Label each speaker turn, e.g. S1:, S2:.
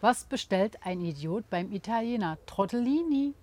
S1: Was bestellt ein Idiot beim Italiener? Trottolini.